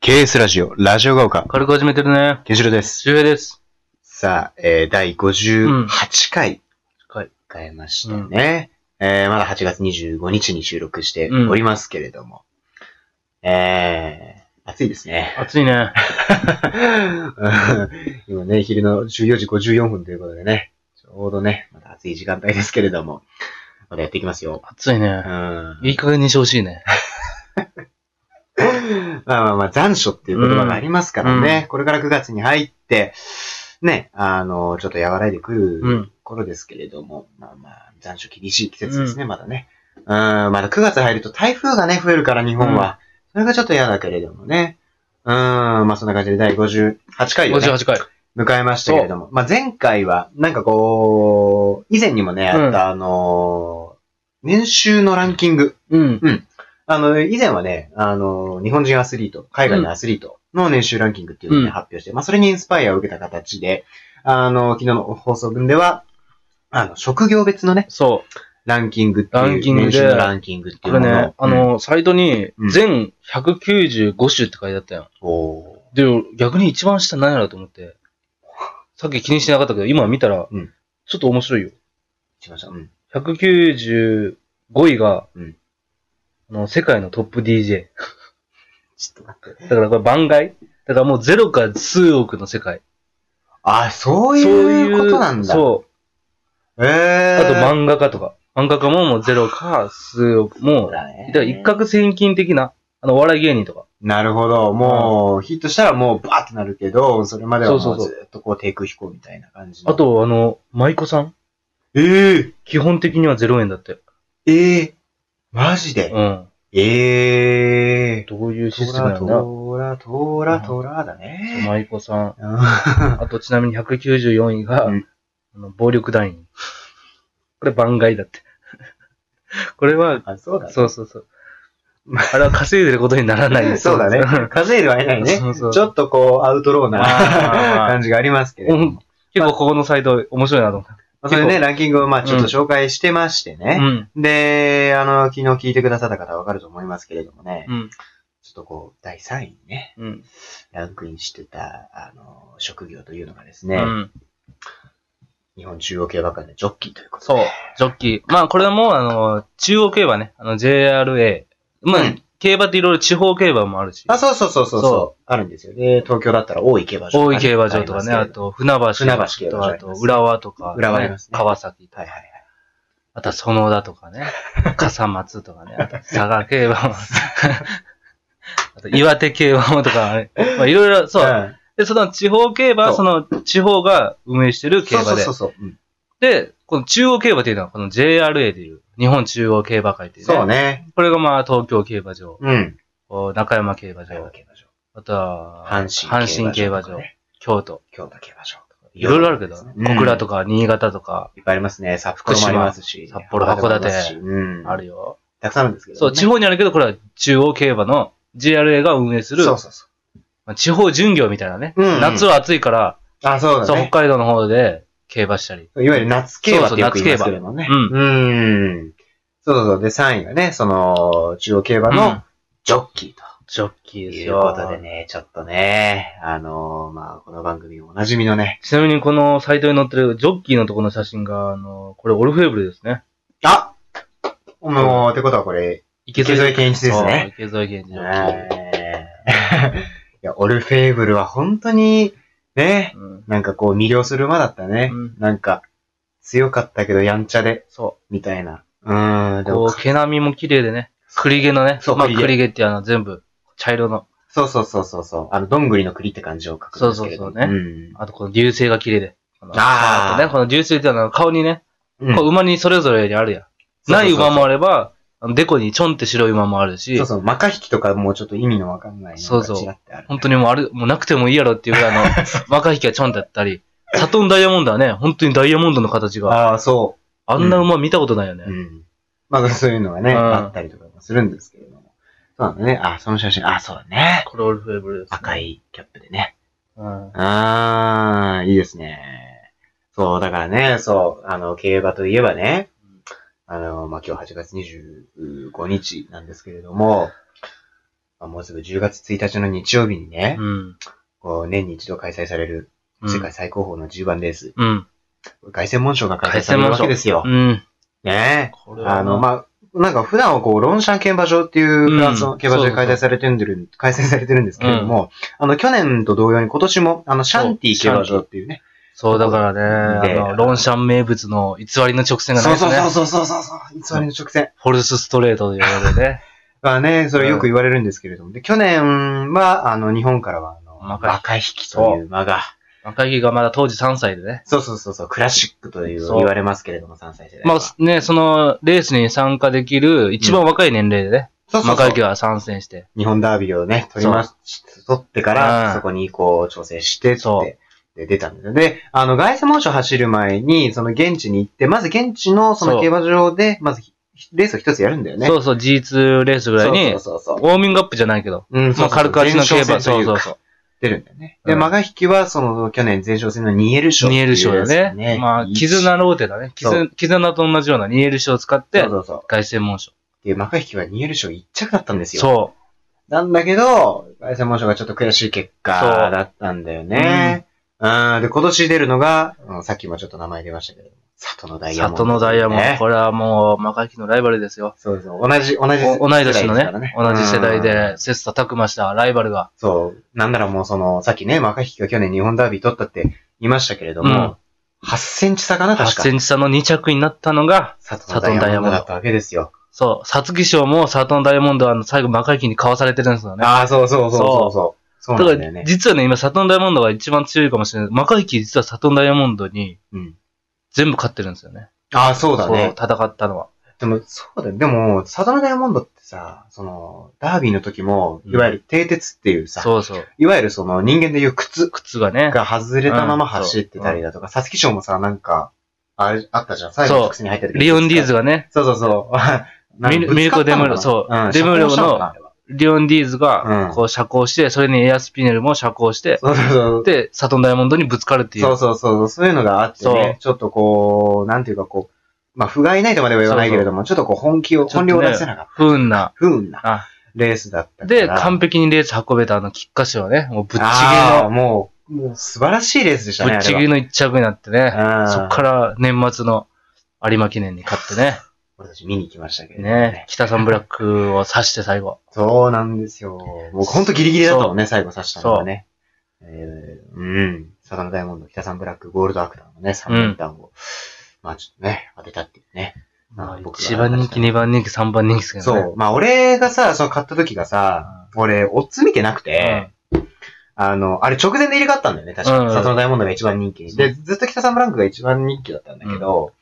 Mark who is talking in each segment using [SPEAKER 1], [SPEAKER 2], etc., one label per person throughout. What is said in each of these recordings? [SPEAKER 1] KS ラジオ、ラジオが丘、
[SPEAKER 2] 軽く始めてるね。
[SPEAKER 1] ケンシロウです。
[SPEAKER 2] 周平です。
[SPEAKER 1] さあ、えー、第58回、
[SPEAKER 2] はい。
[SPEAKER 1] 迎えましたね。えー、まだ8月25日に収録しておりますけれども。えー、暑いですね。
[SPEAKER 2] 暑いね。
[SPEAKER 1] 今ね、昼の14時54分ということでね、ちょうどね、まだ暑い時間帯ですけれども、まだやっていきますよ。
[SPEAKER 2] 暑いうね。
[SPEAKER 1] ん。
[SPEAKER 2] いい加減にしてほしいね。
[SPEAKER 1] まあまあまあ、残暑っていう言葉がありますからね、これから9月に入って、ね、あの、ちょっと和らいでく
[SPEAKER 2] う
[SPEAKER 1] る
[SPEAKER 2] ん
[SPEAKER 1] 頃ですけれども、まあまあ、残暑厳しい季節ですね、まだね。うん、まだ9月入ると台風がね、増えるから日本は。それがちょっと嫌だけれどもね。うん、まあそんな感じで第58回を、ね、
[SPEAKER 2] 58回。
[SPEAKER 1] 迎えましたけれども、まあ前回は、なんかこう、以前にもね、あった、あのー年収のランキング。
[SPEAKER 2] うん。
[SPEAKER 1] あの、以前はね、あの、日本人アスリート、海外のアスリートの年収ランキングっていうのをね、
[SPEAKER 2] うん
[SPEAKER 1] 発表して、まあ、それにインスパイアを受けた形で、あの、昨日の放送分では、あの、職業別のね、
[SPEAKER 2] そ
[SPEAKER 1] ランキングって
[SPEAKER 2] ラ
[SPEAKER 1] い
[SPEAKER 2] ン
[SPEAKER 1] う、
[SPEAKER 2] キングで
[SPEAKER 1] 年収のランキングっ
[SPEAKER 2] う。
[SPEAKER 1] てい
[SPEAKER 2] こ
[SPEAKER 1] うも
[SPEAKER 2] れ
[SPEAKER 1] の
[SPEAKER 2] ね、あ
[SPEAKER 1] うん
[SPEAKER 2] の、サイトに
[SPEAKER 1] うん、
[SPEAKER 2] 全195種って書いてあったよ。
[SPEAKER 1] おー
[SPEAKER 2] で、逆に一番下何やろと思って。さっき気にしてなかったけど、今見たら
[SPEAKER 1] うん、
[SPEAKER 2] ちょっと面白いよ。
[SPEAKER 1] しました。うん。
[SPEAKER 2] 195位が
[SPEAKER 1] うん、
[SPEAKER 2] あの、世界のトップ DJ。
[SPEAKER 1] ちょっと待って。
[SPEAKER 2] だからこれ番外だからもうゼロから数億の世界。
[SPEAKER 1] あ、そういうことなんだ。
[SPEAKER 2] そう。
[SPEAKER 1] う。えー。
[SPEAKER 2] あと漫画家とか。漫画家ももうゼロか数億。も
[SPEAKER 1] ほ
[SPEAKER 2] う、だ
[SPEAKER 1] らね
[SPEAKER 2] から一攫千金的な、あの、お笑い芸人とか。
[SPEAKER 1] なるほど。もう、ヒットしたらもうバーってなるけど、それまでは
[SPEAKER 2] そ
[SPEAKER 1] も
[SPEAKER 2] う
[SPEAKER 1] う
[SPEAKER 2] そうそう
[SPEAKER 1] ずっとこう、低空飛行みたいな感じの。
[SPEAKER 2] あと、あの、舞妓さん
[SPEAKER 1] えー、
[SPEAKER 2] 基本的にはゼロ円だって。
[SPEAKER 1] えー、マジで、
[SPEAKER 2] うん。
[SPEAKER 1] ええー。
[SPEAKER 2] どういうシステムなんだ
[SPEAKER 1] トラ、トラ、トラだね。
[SPEAKER 2] 舞妓さん。
[SPEAKER 1] あ
[SPEAKER 2] あと、ちなみに194位が、
[SPEAKER 1] うん
[SPEAKER 2] あの暴力団員。これ番外だって。これは、
[SPEAKER 1] そうだね。
[SPEAKER 2] そうそうそう。あれは稼いでることにならない
[SPEAKER 1] そうだね。数えるはいないね。
[SPEAKER 2] そうそう
[SPEAKER 1] ちょっとこう、アウトローな
[SPEAKER 2] あー
[SPEAKER 1] 感じがありますけれど
[SPEAKER 2] うん
[SPEAKER 1] も。
[SPEAKER 2] 結構ここのサイト面白いなと思った。
[SPEAKER 1] まあそれ
[SPEAKER 2] 結
[SPEAKER 1] ね、ランキングをまあちょっと紹介してまして
[SPEAKER 2] う
[SPEAKER 1] ね。
[SPEAKER 2] ん。
[SPEAKER 1] で、あの、昨日聞いてくださった方はわかると思いますけれどもね
[SPEAKER 2] う。ん。
[SPEAKER 1] ちょっとこう、第3位にね、
[SPEAKER 2] うん。
[SPEAKER 1] ランクインしてた、あの、職業というのがです
[SPEAKER 2] う
[SPEAKER 1] ね、
[SPEAKER 2] ん。
[SPEAKER 1] 日本中央競馬会のジョッキーということ
[SPEAKER 2] そう、ジョッキー。まあ、これはもう、あの、中央競馬ね、あの、JRA。まあ、
[SPEAKER 1] うん
[SPEAKER 2] 競馬っていろいろ地方競馬もあるし、
[SPEAKER 1] あ、そうそうそうそう
[SPEAKER 2] そ
[SPEAKER 1] そう。あるんですよ。で、東京だったら大井競馬場。
[SPEAKER 2] 大井競馬場とかね、あ
[SPEAKER 1] ります
[SPEAKER 2] と、船
[SPEAKER 1] 船
[SPEAKER 2] 橋
[SPEAKER 1] 橋競
[SPEAKER 2] と
[SPEAKER 1] 馬場あ
[SPEAKER 2] か、あ
[SPEAKER 1] り
[SPEAKER 2] と、
[SPEAKER 1] ます
[SPEAKER 2] 浦和とか、
[SPEAKER 1] 浦和ありますね
[SPEAKER 2] 川
[SPEAKER 1] け
[SPEAKER 2] 崎と
[SPEAKER 1] ど。は
[SPEAKER 2] か、
[SPEAKER 1] いはいはい。
[SPEAKER 2] あとは園田とか ね、笠松とかね、あと、佐賀競馬も、 あと、岩手競馬もとか、ね、まあ、いろいろ、そう。
[SPEAKER 1] ん
[SPEAKER 2] で、その地方競馬は、
[SPEAKER 1] そ
[SPEAKER 2] その地方が運営してる競馬で
[SPEAKER 1] そう、そうそうそう。うん
[SPEAKER 2] で、この中央競馬っていうのは、この JRA という、日本中央競馬会っていうね、
[SPEAKER 1] そうね。
[SPEAKER 2] これがまあ、東京競馬場。
[SPEAKER 1] うん。
[SPEAKER 2] お中山競馬
[SPEAKER 1] 大和
[SPEAKER 2] 場、
[SPEAKER 1] 競馬場。
[SPEAKER 2] あとは、
[SPEAKER 1] 阪
[SPEAKER 2] 阪
[SPEAKER 1] 神
[SPEAKER 2] 神競馬
[SPEAKER 1] とか
[SPEAKER 2] 場、
[SPEAKER 1] ね
[SPEAKER 2] 京都。
[SPEAKER 1] 京都競馬場とか。
[SPEAKER 2] いろいろあるけど、
[SPEAKER 1] うん
[SPEAKER 2] 小倉とか新潟とか
[SPEAKER 1] いっぱいありますね。札幌もありますし。
[SPEAKER 2] 福島札幌函館
[SPEAKER 1] もありますしうん。
[SPEAKER 2] あるよ。
[SPEAKER 1] たくさんあるんですけどね。
[SPEAKER 2] そう、地方にあるけど、これは中央競馬の JRA が運営する、
[SPEAKER 1] そうそうそ
[SPEAKER 2] まあ地方巡業みたいなね。
[SPEAKER 1] うんうん
[SPEAKER 2] 夏は暑いから、
[SPEAKER 1] う。あ、そうだ
[SPEAKER 2] そう北
[SPEAKER 1] ね。
[SPEAKER 2] 海道の方で競馬したり。
[SPEAKER 1] いわゆる夏競馬ってよく言いますけれどもね。
[SPEAKER 2] そうそう夏
[SPEAKER 1] うん。そうそうそう。で、3位がね、その、中央競馬
[SPEAKER 2] う
[SPEAKER 1] の
[SPEAKER 2] ん
[SPEAKER 1] ジョッキーと。
[SPEAKER 2] ジョッキー
[SPEAKER 1] と
[SPEAKER 2] です
[SPEAKER 1] いう
[SPEAKER 2] よ
[SPEAKER 1] こ。とでね、ちょっとね、あのー、まあ、この番組おなじみのね、
[SPEAKER 2] ちなみにこのサイトに載ってるジョッキーのところの写真が、あの、これオルフェーブルですね。
[SPEAKER 1] あもう、ってことはこれ、
[SPEAKER 2] 池
[SPEAKER 1] 池添健一ですね。
[SPEAKER 2] そう池添健一ジョッキー。
[SPEAKER 1] えー いや、オルフェーブルは本当に、ね、
[SPEAKER 2] うん
[SPEAKER 1] なんかこう魅了する馬だったね。
[SPEAKER 2] うん
[SPEAKER 1] なんか、強かったけどやんちゃで、
[SPEAKER 2] そう。
[SPEAKER 1] みたいな。うーん、で
[SPEAKER 2] こ
[SPEAKER 1] も
[SPEAKER 2] う、、毛並みも綺麗でね。栗毛のね。
[SPEAKER 1] そう
[SPEAKER 2] まあ、
[SPEAKER 1] 栗毛
[SPEAKER 2] 栗毛ってあの、全部、茶色の。
[SPEAKER 1] そうそうそうそうそう。あの、どんぐりの栗って感じを書くんですけれど。
[SPEAKER 2] そうそうそう
[SPEAKER 1] うん。
[SPEAKER 2] あと、この流星が綺麗で。この
[SPEAKER 1] あー
[SPEAKER 2] とね、この流星ってあの、顔にね、
[SPEAKER 1] うん
[SPEAKER 2] こう馬にそれぞれにあるやん。ない馬もあれば、あのデコにちょんって白い馬もあるし
[SPEAKER 1] そう、そう、マカヒキとかもうちょっと意味のわかんない。
[SPEAKER 2] そうそう
[SPEAKER 1] なんか違ってある。
[SPEAKER 2] 本当にもうある、もうなくてもいいやろっていうぐらいの、若引きがちょんだったり、サトンダイヤモンドはね、本当にダイヤモンドの形が、
[SPEAKER 1] ああ、そう。
[SPEAKER 2] あんな馬見たことないよね。
[SPEAKER 1] うん。まあ、そういうのがね、
[SPEAKER 2] うん
[SPEAKER 1] あったりとかもするんですけれども。そうなんだね。あ、その写真。あ、そうだね。
[SPEAKER 2] これオルフェーブルです、ね。
[SPEAKER 1] 赤。いキャップでね。
[SPEAKER 2] うん。
[SPEAKER 1] あー、いいですね。そう、だからね、そう、あの、競馬といえばね
[SPEAKER 2] うん、
[SPEAKER 1] あの、まあ、今日8月25日なんですけれども、まあもうすぐ10月1日の日曜日にね、
[SPEAKER 2] うん。
[SPEAKER 1] こう年に一度開催される
[SPEAKER 2] うん
[SPEAKER 1] 世界最高峰の10番レース、
[SPEAKER 2] うん。
[SPEAKER 1] 凱旋門賞が開催されるわけですよ
[SPEAKER 2] う。ん。
[SPEAKER 1] ね
[SPEAKER 2] こ
[SPEAKER 1] え。
[SPEAKER 2] れは
[SPEAKER 1] あの、まあ、なんか普段はこう、ロンシャン競馬場っていうフランスの競馬場で
[SPEAKER 2] そうそうそう
[SPEAKER 1] 開催されてんでる、開催されてるんですけれども、あの、去年と同様に今年も、あの、シャンティ競馬場っていうね。
[SPEAKER 2] そう、だからね、
[SPEAKER 1] で
[SPEAKER 2] あの、ロンシャン名物の偽りの直線がない
[SPEAKER 1] そう
[SPEAKER 2] で
[SPEAKER 1] そ
[SPEAKER 2] す
[SPEAKER 1] う
[SPEAKER 2] ね。
[SPEAKER 1] そうそうそうそう、偽りの直線。
[SPEAKER 2] フォルスストレートということ でね。
[SPEAKER 1] がね、それよく言われるんですけれども、で、去年は、あの、日本からは、あの、
[SPEAKER 2] 魔界
[SPEAKER 1] 若引きという馬が、
[SPEAKER 2] 赤木がまだ当時3歳でね。
[SPEAKER 1] そうそうそう、そうクラシックという
[SPEAKER 2] そう
[SPEAKER 1] 言われますけれども、3歳世代
[SPEAKER 2] ま
[SPEAKER 1] は。
[SPEAKER 2] あね、その、レースに参加できる一番若い年齢でね、
[SPEAKER 1] そうそう
[SPEAKER 2] 赤
[SPEAKER 1] そう
[SPEAKER 2] 木が参戦して。
[SPEAKER 1] 日本ダービーをね、取ります、取ってか
[SPEAKER 2] う
[SPEAKER 1] ら、
[SPEAKER 2] ん
[SPEAKER 1] そこにこう、調整してって、
[SPEAKER 2] そう
[SPEAKER 1] で、出たんだよ。で、あの、外門賞走る前に、その現地に行って、まず現地のそ
[SPEAKER 2] そ
[SPEAKER 1] の
[SPEAKER 2] う
[SPEAKER 1] 競馬場で、まずひ、レースを一つやるんだよね。
[SPEAKER 2] そうそう、G2 レースぐらいに、ウ
[SPEAKER 1] そうそ
[SPEAKER 2] ォ
[SPEAKER 1] うそうそう。
[SPEAKER 2] ーミングアップじゃないけど、
[SPEAKER 1] うん、
[SPEAKER 2] まあ軽く足の競馬、
[SPEAKER 1] そう
[SPEAKER 2] そ
[SPEAKER 1] 前哨戦というう
[SPEAKER 2] そ
[SPEAKER 1] か
[SPEAKER 2] うそ
[SPEAKER 1] 出るんだよね。で、
[SPEAKER 2] うん
[SPEAKER 1] マガヒキは、その、去年前哨戦のニエル賞
[SPEAKER 2] う。
[SPEAKER 1] って
[SPEAKER 2] ニ
[SPEAKER 1] い
[SPEAKER 2] エ
[SPEAKER 1] う
[SPEAKER 2] ル賞
[SPEAKER 1] やつ
[SPEAKER 2] だ
[SPEAKER 1] だ
[SPEAKER 2] ね。
[SPEAKER 1] ね。
[SPEAKER 2] まあ、絆の王手だね。
[SPEAKER 1] そ
[SPEAKER 2] 絆絆と同じようなニエル賞を使って
[SPEAKER 1] そう、そうそう。
[SPEAKER 2] 凱旋門賞。
[SPEAKER 1] で、マカヒキはニエル賞1着だったんですよ。
[SPEAKER 2] そ
[SPEAKER 1] なんだけど、凱旋門賞がちょっと悔しい結果だったんだよね。うん、で、今年出るのが、うんさっきもちょっと名前出ましたけど、里のダ
[SPEAKER 2] う。
[SPEAKER 1] イヤモンド、
[SPEAKER 2] 里のダイヤモンド。
[SPEAKER 1] ね
[SPEAKER 2] これはもう、マカキのライバルですよ。
[SPEAKER 1] そうそう、同じ、同じ世代ですか
[SPEAKER 2] お同い年のね
[SPEAKER 1] らね。、
[SPEAKER 2] 同じ世代
[SPEAKER 1] うん
[SPEAKER 2] で、。切磋琢磨したライバルが。
[SPEAKER 1] そう、なんならもうその、さっきね、マカヒキが去年日本ダービー取ったって言いましたけれども、8センチ差かな、確
[SPEAKER 2] 8
[SPEAKER 1] か。
[SPEAKER 2] センチ差の2着になったのが、
[SPEAKER 1] 里のダイヤモンドだったわけですよ。
[SPEAKER 2] そう、皐月賞もサトンダイヤモンドはあの最後、魔界金に買わされてるんですよね。
[SPEAKER 1] ああ、そうそうそうそうそう。そう
[SPEAKER 2] だか
[SPEAKER 1] なんだよ
[SPEAKER 2] ら、
[SPEAKER 1] ね。
[SPEAKER 2] 実はね、今、サトンダイヤモンドが一番強いかもしれない。魔界金実はサトンダイヤモンドに
[SPEAKER 1] うん、
[SPEAKER 2] 全部勝ってるんですよね。
[SPEAKER 1] ああ、そうだね。
[SPEAKER 2] そう戦ったのは。
[SPEAKER 1] でも、そうだよ。でも、サドルダイヤモンドってさ、その、ダービーの時も、
[SPEAKER 2] うん
[SPEAKER 1] いわゆる蹄鉄っていうさ、
[SPEAKER 2] そうそう。
[SPEAKER 1] いわゆるその人間でいう靴
[SPEAKER 2] 靴がね。
[SPEAKER 1] が外れたまま
[SPEAKER 2] うんそう
[SPEAKER 1] 走ってたりだとか、サツキ賞もさ、なんか、あれ、あったじゃん。最後
[SPEAKER 2] そう
[SPEAKER 1] の靴に入った時
[SPEAKER 2] リオン・ディーズがね、
[SPEAKER 1] そうそう そう。なんか
[SPEAKER 2] ミルミルコデムロそうデムロの、リオン・ディーズ
[SPEAKER 1] う
[SPEAKER 2] が
[SPEAKER 1] ん
[SPEAKER 2] こう遮光して、それにエアスピネルも遮光して、
[SPEAKER 1] ぶつかったのかなあれはそうそうそう。
[SPEAKER 2] で、サトンダイヤモンドにぶつかるっていう。
[SPEAKER 1] そうそうそう、そういうのがあって
[SPEAKER 2] そう
[SPEAKER 1] ね、ちょっとこう、なんていうかこう、まあ、不甲斐ないとまでは言わないけれども、ちょっとこう、本気を、
[SPEAKER 2] ちょ
[SPEAKER 1] 本
[SPEAKER 2] っとね
[SPEAKER 1] 領を出せなかった。
[SPEAKER 2] 不運な。
[SPEAKER 1] 不運な
[SPEAKER 2] あ
[SPEAKER 1] レースだったから。
[SPEAKER 2] で、完璧にレース運べたあの、菊花賞はね、もうぶっちぎり
[SPEAKER 1] あ
[SPEAKER 2] の
[SPEAKER 1] ー、もう、もう素晴らしいレースでしたね。
[SPEAKER 2] ぶっちぎりの一着になってね。
[SPEAKER 1] あれは
[SPEAKER 2] そっから年末の有馬記念に勝ってね。
[SPEAKER 1] うん俺たち見に行きましたけどね。
[SPEAKER 2] ね。北サンブラックを刺して最後。
[SPEAKER 1] そうなんですよ。もうほんとギリギリだったもんね、最後刺したのはね。えー、うん。サダムダイヤモンド、北サンブラック、ゴールドアクターのね、3連単を、まあちょっとね、当てたっていうね。
[SPEAKER 2] まあ、
[SPEAKER 1] 僕
[SPEAKER 2] 1番人気、2番人気、3番人気ですけどね。
[SPEAKER 1] そう。まあ俺がさ、その買った時がさ、俺、オッズ見てなくて、あの、あれ直前で入れ替わったんだよね、確か
[SPEAKER 2] うん
[SPEAKER 1] に。サダムダイヤモンドが一番人気に。で、ずっと北サンブラックが一番人気だったんだけど、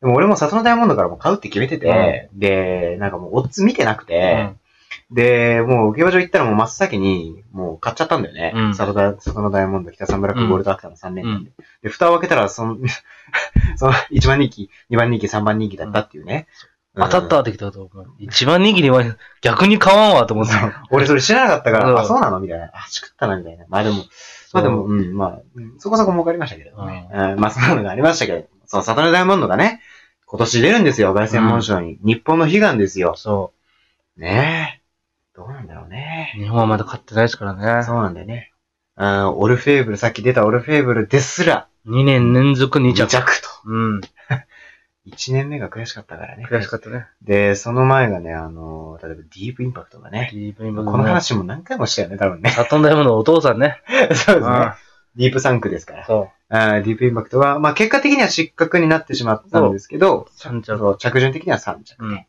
[SPEAKER 1] でも俺もサトノダイヤモンドからもう買うって決めてて、で、なんかもうオッズ見てなく
[SPEAKER 2] うん。
[SPEAKER 1] て、で、もう、競馬場行ったらもう真っ先に、もう買っちゃったんだよね。
[SPEAKER 2] うん
[SPEAKER 1] サトダ、サトノダイヤモンド、北サンブラッ
[SPEAKER 2] うん
[SPEAKER 1] ク、ゴールドアクターの3連単で。で、蓋を開けたら、その、 その、1番人気、2番人気、3番人気だったっていうね。
[SPEAKER 2] 当たっ
[SPEAKER 1] うん
[SPEAKER 2] たってきたと思う。1番人気、2番人気、逆に買わんわと思って た。
[SPEAKER 1] 俺それ知らなかったか
[SPEAKER 2] うん
[SPEAKER 1] ら、あ、そうなのみたいな。あ、しくったな、みたいな。まあでも、まあでも、うん、まあ、うんそこそこ儲かりましたけれどね。うん、まあそういうのがありましたけど、そう、サトノダイヤモンドがね、今年出るんですよ、凱旋門賞に。日本の悲願ですよ。
[SPEAKER 2] そ
[SPEAKER 1] ねえ。どうなんだろうね
[SPEAKER 2] う。。日本はまだ勝ってないですからね。
[SPEAKER 1] そうなんだよね。あーオルフェーブル、さっき出たオルフェーブルですら、
[SPEAKER 2] 2年連続2
[SPEAKER 1] 2
[SPEAKER 2] 着。
[SPEAKER 1] 着と。
[SPEAKER 2] うん。
[SPEAKER 1] 1年目が悔しかったからね。
[SPEAKER 2] 悔しかったね。
[SPEAKER 1] で、その前がね、あのー、例えばディープインパクトがね。
[SPEAKER 2] ディープイン
[SPEAKER 1] こ
[SPEAKER 2] バウンド
[SPEAKER 1] の
[SPEAKER 2] ね。
[SPEAKER 1] 話も何回もしたよね、多分ね。
[SPEAKER 2] サトンダイヤモンドのお父さんね。
[SPEAKER 1] そうですね。
[SPEAKER 2] うん
[SPEAKER 1] ディープサンクですから。
[SPEAKER 2] そ
[SPEAKER 1] あーディープインパクトは、まあ結果的には失格になってしまったんですけど、
[SPEAKER 2] う。3着。
[SPEAKER 1] そう着順的には3着。
[SPEAKER 2] う
[SPEAKER 1] う
[SPEAKER 2] ん。
[SPEAKER 1] ん、だ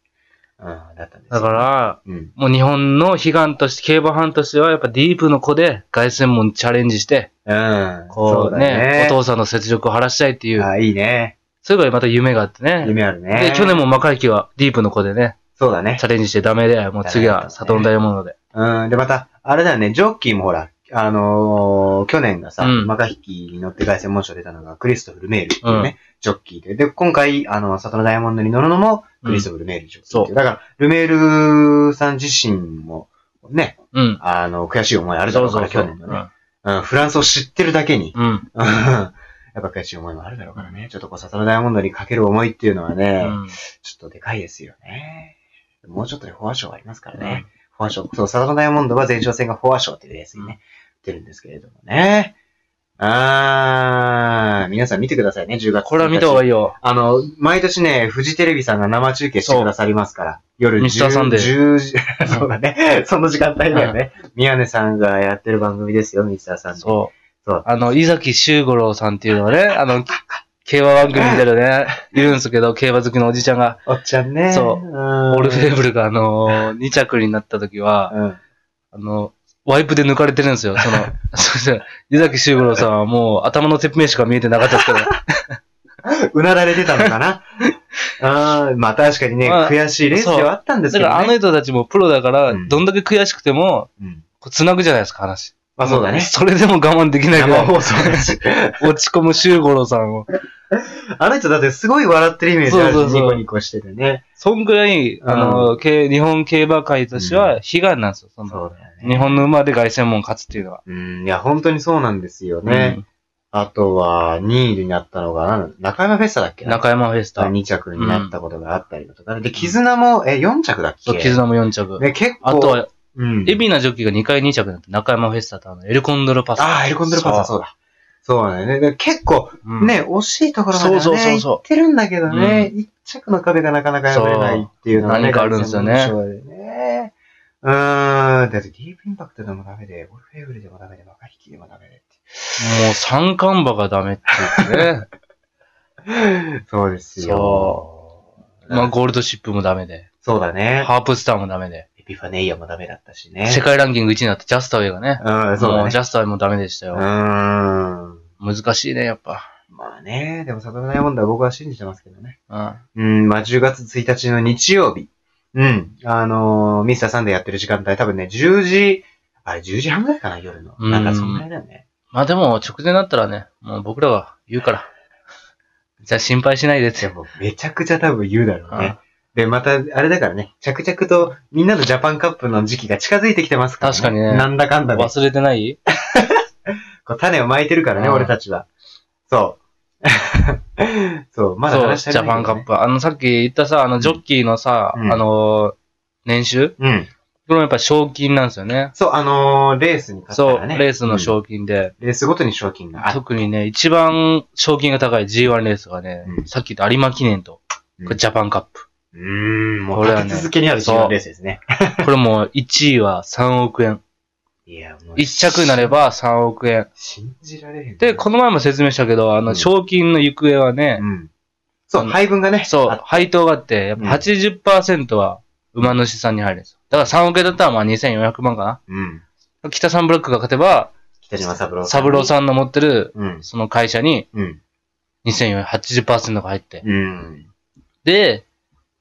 [SPEAKER 1] ったんですよ
[SPEAKER 2] だから、
[SPEAKER 1] うん。
[SPEAKER 2] もう日本の悲願として、競馬班としては、やっぱディープの子で凱旋門にチャレンジして、
[SPEAKER 1] うん。
[SPEAKER 2] こうね、お
[SPEAKER 1] そう
[SPEAKER 2] 父さんの雪辱を晴らしたいってい
[SPEAKER 1] だね。
[SPEAKER 2] う、
[SPEAKER 1] あーいいね。
[SPEAKER 2] それがまた夢があってね。
[SPEAKER 1] 夢あるね。
[SPEAKER 2] で、去年も魔界期はディープの子でね、
[SPEAKER 1] そうだね
[SPEAKER 2] チ。ャレンジしてダメで、もう次はサトンダイヤモンドで。
[SPEAKER 1] うん、で、また、あれだよね、ジョッキーもほら、あのー去年がさ、
[SPEAKER 2] うん
[SPEAKER 1] マカヒキに乗って凱旋門賞出たのが、クリストフルメールっていうね、ジョッキーで。で、今回、あの、里のダイヤモンドに乗るのも、クリストフルメールジョッキーっていう、
[SPEAKER 2] そう
[SPEAKER 1] だから、ルメールさん自身も、ね、
[SPEAKER 2] うん。
[SPEAKER 1] あの、悔しい思いあるだ
[SPEAKER 2] そ
[SPEAKER 1] ろ
[SPEAKER 2] う
[SPEAKER 1] うか
[SPEAKER 2] そ
[SPEAKER 1] ら、
[SPEAKER 2] うそ
[SPEAKER 1] 去
[SPEAKER 2] う。
[SPEAKER 1] 年のね、うん。フランスを知ってるだけに、
[SPEAKER 2] うん。うん。
[SPEAKER 1] うん やっぱ悔しい思いもあるだろうからね、ちょっとこう、里のダイヤモンドにかける思いっていうのはね、
[SPEAKER 2] うん
[SPEAKER 1] ちょっとでかいですよね。もうちょっとでフォア賞ありますからね。フォア賞。そう、サダコダイヤモンドは前哨戦がフォア賞っていうレースにね、出るんですけれどもね。あー、皆さん見てくださいね、10月1日。
[SPEAKER 2] これは見た方がいいよ。
[SPEAKER 1] あの、毎年ね、フジテレビさんが生中継してくださりますから、夜
[SPEAKER 2] ミスターサンデー
[SPEAKER 1] 10時、 そうだね、 その時間帯だよね。宮根さんがやってる番組ですよ、ミスターサンデー。
[SPEAKER 2] そう。
[SPEAKER 1] そう
[SPEAKER 2] あの、伊崎修五郎さんっていうのは ね、あの、競馬番組みたいなね、いるんですけど、競馬好きのおじちゃんが、
[SPEAKER 1] おっちゃんね。
[SPEAKER 2] そう
[SPEAKER 1] うん。
[SPEAKER 2] オルフェーブルがあの、2着になった時は、
[SPEAKER 1] うん。
[SPEAKER 2] あの、ワイプで抜かれてるんです よ。その、そして、伊崎修五郎さんはもう頭のてっぺんしか見えてなかった ですけど、
[SPEAKER 1] うなられてたのかな。 あーまあ確かにね、
[SPEAKER 2] まあ
[SPEAKER 1] 悔しいレースではあったんです
[SPEAKER 2] だ
[SPEAKER 1] け
[SPEAKER 2] か
[SPEAKER 1] ど、ね。
[SPEAKER 2] らあの人たちもプロだから、
[SPEAKER 1] うん
[SPEAKER 2] どんだけ悔しくても、
[SPEAKER 1] うん
[SPEAKER 2] こう繋ぐじゃないですか、話。
[SPEAKER 1] まあそうだね。
[SPEAKER 2] それでも我慢できないぐ
[SPEAKER 1] 生
[SPEAKER 2] らい、
[SPEAKER 1] 放送だ し。
[SPEAKER 2] 落ち込む修五郎さんを。
[SPEAKER 1] あの人だってすごい笑ってるイメージあるし
[SPEAKER 2] そうそうそう
[SPEAKER 1] ニコニコしてるね。
[SPEAKER 2] そんぐらい、あの、け日本競馬界としては悲願なんですよ。その
[SPEAKER 1] そうだよね。
[SPEAKER 2] 日本の馬で凱旋門勝つっていうのは。
[SPEAKER 1] うん、いや、本当にそうなんですよね。あとは、2位になったのが、なんだ中山フェスタだっけ
[SPEAKER 2] うん中山フェスタ。
[SPEAKER 1] 2着になったことがあったりだとか。で、絆も、え、4着だっけ
[SPEAKER 2] そう、絆も4着。
[SPEAKER 1] ね、結構。
[SPEAKER 2] あと、は、
[SPEAKER 1] うん。
[SPEAKER 2] 海老名ジョッキーが2回2着になって、中山フェスタとあのエルコンドロパス。
[SPEAKER 1] ああ、エルコンドルパスタ、そうだ。そうだよね。で結構、
[SPEAKER 2] うん
[SPEAKER 1] ね、惜しいところまではね
[SPEAKER 2] そうそうそうそう
[SPEAKER 1] 行ってるんだけどね、一着の壁がなかなか破れないっていうのがね、
[SPEAKER 2] そう何かあるんですよね
[SPEAKER 1] 凱旋門の勝利でねうーん。だってディープインパクトでもダメで、オルフェーブルでもダメで、マカヒキでもダメで
[SPEAKER 2] もう三冠馬がダメって言ってね。
[SPEAKER 1] って。 そうですよ。
[SPEAKER 2] まあ、ゴールドシップもダメで、
[SPEAKER 1] そうだね。
[SPEAKER 2] ハープスターもダメで、
[SPEAKER 1] エピファネイアもダメだったしね。
[SPEAKER 2] 世界ランキング1位になったジャスタウェイがね。
[SPEAKER 1] うん、そうだ
[SPEAKER 2] もう
[SPEAKER 1] ね
[SPEAKER 2] ジ。ャスタウェイもダメでした
[SPEAKER 1] う
[SPEAKER 2] よ。
[SPEAKER 1] ーん。
[SPEAKER 2] 難しいね、やっぱ。
[SPEAKER 1] まあね、でも悟らないもんだ僕は信じてますけどね。
[SPEAKER 2] うん。
[SPEAKER 1] うん、まあ10月1日の日曜日。うん。あのー、ミスターサンデーやってる時間帯、多分ね、10時、あれ10時半ぐらいかな、夜の。
[SPEAKER 2] うん
[SPEAKER 1] なんかそんぐらいだよね。
[SPEAKER 2] まあでも、直前になったらね、もう僕らが言うから。じゃあ心配しないでって
[SPEAKER 1] で。も、めちゃくちゃ多分言うだろう
[SPEAKER 2] うん
[SPEAKER 1] ね。で、また、あれだからね、着々とみんなのジャパンカップの時期が近づいてきてますから、
[SPEAKER 2] 確かにね
[SPEAKER 1] なんだかんだで。
[SPEAKER 2] 忘れてない
[SPEAKER 1] こう種をまいてるからね、
[SPEAKER 2] うん
[SPEAKER 1] 俺たちは。そう。 そう、まだ
[SPEAKER 2] そう、
[SPEAKER 1] 話し
[SPEAKER 2] ジ
[SPEAKER 1] てない、
[SPEAKER 2] ャパンカッ。プ。あの、さっき言ったさ、あの、ジョッキーのさ、
[SPEAKER 1] うん
[SPEAKER 2] あの、年収
[SPEAKER 1] うん。
[SPEAKER 2] これもやっぱ賞金なんですよね。
[SPEAKER 1] そう、あのー、レースに勝
[SPEAKER 2] そ
[SPEAKER 1] ったら
[SPEAKER 2] う、
[SPEAKER 1] ね。
[SPEAKER 2] レースの
[SPEAKER 1] 金、
[SPEAKER 2] 賞金で、
[SPEAKER 1] レースごとに賞金がある。
[SPEAKER 2] 特にね、一番賞金が高い G1 レースがね、
[SPEAKER 1] うん
[SPEAKER 2] さっき言った有馬記念と、
[SPEAKER 1] うん
[SPEAKER 2] これジャパンカップ。
[SPEAKER 1] うーん、もう
[SPEAKER 2] これはね
[SPEAKER 1] 立て続けにある自分レースですね。
[SPEAKER 2] これもう1位は3億円。
[SPEAKER 1] いや、もう。
[SPEAKER 2] 1着になれ
[SPEAKER 1] ば。
[SPEAKER 2] ば3億円。
[SPEAKER 1] 信じられへん。
[SPEAKER 2] で、この前も説明したけど、あ
[SPEAKER 1] う
[SPEAKER 2] の、
[SPEAKER 1] ん
[SPEAKER 2] 賞金の行方はね、
[SPEAKER 1] うん。そ
[SPEAKER 2] あ
[SPEAKER 1] う、
[SPEAKER 2] の
[SPEAKER 1] 配分がね。
[SPEAKER 2] そう
[SPEAKER 1] あ、
[SPEAKER 2] 配当があって、やっぱ80%は馬主さんに入るんですよ。だから3億円だったらまあ2400万か
[SPEAKER 1] うん。
[SPEAKER 2] な。北三ブロックが勝てば、
[SPEAKER 1] 北島三郎さん。
[SPEAKER 2] 三郎さんの持ってる、
[SPEAKER 1] ん。うん。
[SPEAKER 2] その会社に
[SPEAKER 1] うん。
[SPEAKER 2] 2480%が入って、
[SPEAKER 1] うん。
[SPEAKER 2] で、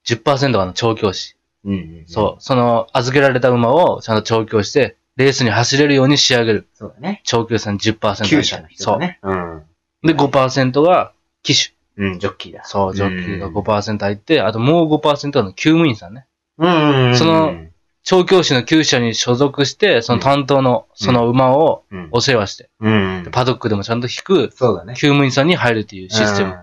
[SPEAKER 2] 10%があの調教師。
[SPEAKER 1] うん。
[SPEAKER 2] そう。その、預けられた馬をちゃんと調教して、レースに走れるように仕上げる
[SPEAKER 1] う。。そうだね。
[SPEAKER 2] 調教師さん10%。
[SPEAKER 1] 旧社の人
[SPEAKER 2] そ
[SPEAKER 1] だ
[SPEAKER 2] う。
[SPEAKER 1] ね。うん。
[SPEAKER 2] で、5%が機種。
[SPEAKER 1] うん、ジョッキーだ。
[SPEAKER 2] そう、ジョッキーが
[SPEAKER 1] うん
[SPEAKER 2] 5%入って、あともう5%があの厩務員さんね。
[SPEAKER 1] うんうん。
[SPEAKER 2] その、調教師の厩舎に所属して、その担当の、その馬を
[SPEAKER 1] うん。
[SPEAKER 2] お世話して、
[SPEAKER 1] うん。
[SPEAKER 2] パドックでもちゃんと引く、
[SPEAKER 1] そうだね
[SPEAKER 2] 厩。務員さんに入るっていうシステ
[SPEAKER 1] う
[SPEAKER 2] ム。
[SPEAKER 1] ん。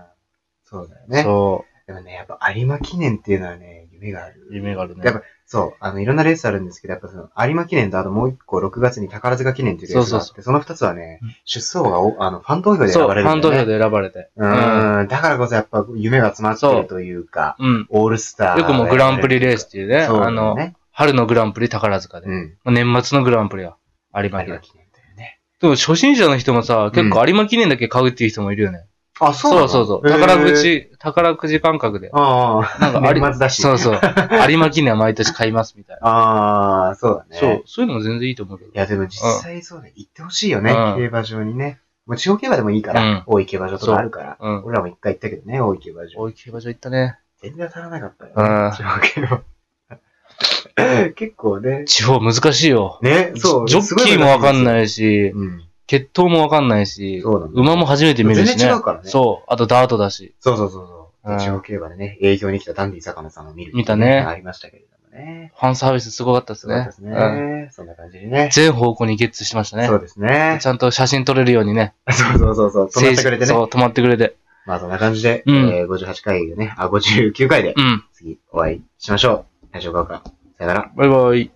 [SPEAKER 1] そうだよね。
[SPEAKER 2] そ
[SPEAKER 1] でもね、やっぱ有馬記念っていうのはね、夢がある。
[SPEAKER 2] う、夢があるね。
[SPEAKER 1] やっぱそう、あの、いろんなレースあるんですけど、やっぱその、有馬記念と、あともう一個、6月に宝塚記念というレースがあって、そ
[SPEAKER 2] そう
[SPEAKER 1] の二つはね
[SPEAKER 2] うん、
[SPEAKER 1] 出走がお、あの、ファン投票で選
[SPEAKER 2] そう、
[SPEAKER 1] ば
[SPEAKER 2] フ
[SPEAKER 1] れる
[SPEAKER 2] ァ
[SPEAKER 1] ん
[SPEAKER 2] ン
[SPEAKER 1] だよ
[SPEAKER 2] 投
[SPEAKER 1] ね。
[SPEAKER 2] 票で選ばれて。
[SPEAKER 1] うーん、だからこそやっぱ夢が詰まってるというか、
[SPEAKER 2] うん。
[SPEAKER 1] オールスター。
[SPEAKER 2] よくもうグランプリレースっていうね、
[SPEAKER 1] そうだ
[SPEAKER 2] あ
[SPEAKER 1] よ
[SPEAKER 2] の、
[SPEAKER 1] ね。
[SPEAKER 2] 春のグランプリ宝塚で
[SPEAKER 1] う、ん。
[SPEAKER 2] 年末のグランプリは有馬
[SPEAKER 1] 有
[SPEAKER 2] 記
[SPEAKER 1] 馬
[SPEAKER 2] 念。
[SPEAKER 1] 記念だよね。
[SPEAKER 2] でも初心者の人もさ、
[SPEAKER 1] うん
[SPEAKER 2] 結構有馬記念だけ買うっていう人もいるよね。
[SPEAKER 1] あ、そうな
[SPEAKER 2] そ
[SPEAKER 1] の
[SPEAKER 2] うそうそう。
[SPEAKER 1] へー
[SPEAKER 2] 宝くじ、宝くじ感覚で。
[SPEAKER 1] あ
[SPEAKER 2] なんかあり
[SPEAKER 1] 年末だし
[SPEAKER 2] そ うそう。有馬記念は毎年買いますみたい
[SPEAKER 1] あ、ああ、そうだ
[SPEAKER 2] な。
[SPEAKER 1] ね。
[SPEAKER 2] そう。。そういうのも全然いいと思うけど
[SPEAKER 1] い。や、でも実際そうだ、行ってほしいよね、
[SPEAKER 2] うん
[SPEAKER 1] 競馬場にね。もう地方競馬でもいいか
[SPEAKER 2] う
[SPEAKER 1] ら
[SPEAKER 2] ん、
[SPEAKER 1] 大井競馬場とかあるから。
[SPEAKER 2] うん。
[SPEAKER 1] 俺らも一回行ったけどね、大井競馬場。
[SPEAKER 2] 大井競馬場行ったね。
[SPEAKER 1] 全然当たらなかったよ、
[SPEAKER 2] うん
[SPEAKER 1] 地方競馬 結構ね。
[SPEAKER 2] 地方難しいよ。
[SPEAKER 1] ね、そう。
[SPEAKER 2] ジョッキーもわかん
[SPEAKER 1] い。
[SPEAKER 2] ないし、
[SPEAKER 1] うん。
[SPEAKER 2] 血統もわかんないし、
[SPEAKER 1] そうなの
[SPEAKER 2] 馬も初めて見るしね。
[SPEAKER 1] 全然違うからね
[SPEAKER 2] そう。あとダートだし。
[SPEAKER 1] そうそうそうそう。
[SPEAKER 2] うん
[SPEAKER 1] 地方競馬でね、営業に来たダンディ坂野さんを見る。
[SPEAKER 2] 見たね
[SPEAKER 1] ありましたけれどもね。
[SPEAKER 2] ファンサービスすごかったです
[SPEAKER 1] そう
[SPEAKER 2] ね
[SPEAKER 1] で。す
[SPEAKER 2] うん
[SPEAKER 1] ね。そんな感じでね。
[SPEAKER 2] 全方向にゲッツしてましたね
[SPEAKER 1] そ。うですね
[SPEAKER 2] ち。ゃんと写真撮れるようにね。
[SPEAKER 1] そうそうそうそう。止まってくれて
[SPEAKER 2] そ
[SPEAKER 1] ね。
[SPEAKER 2] う、止まってくれて。
[SPEAKER 1] まあそんな感じで、
[SPEAKER 2] うん
[SPEAKER 1] えー58回でね、あ、59回で
[SPEAKER 2] うん。
[SPEAKER 1] 次お会いしましょう。大丈夫かさよなら。
[SPEAKER 2] バイバイ。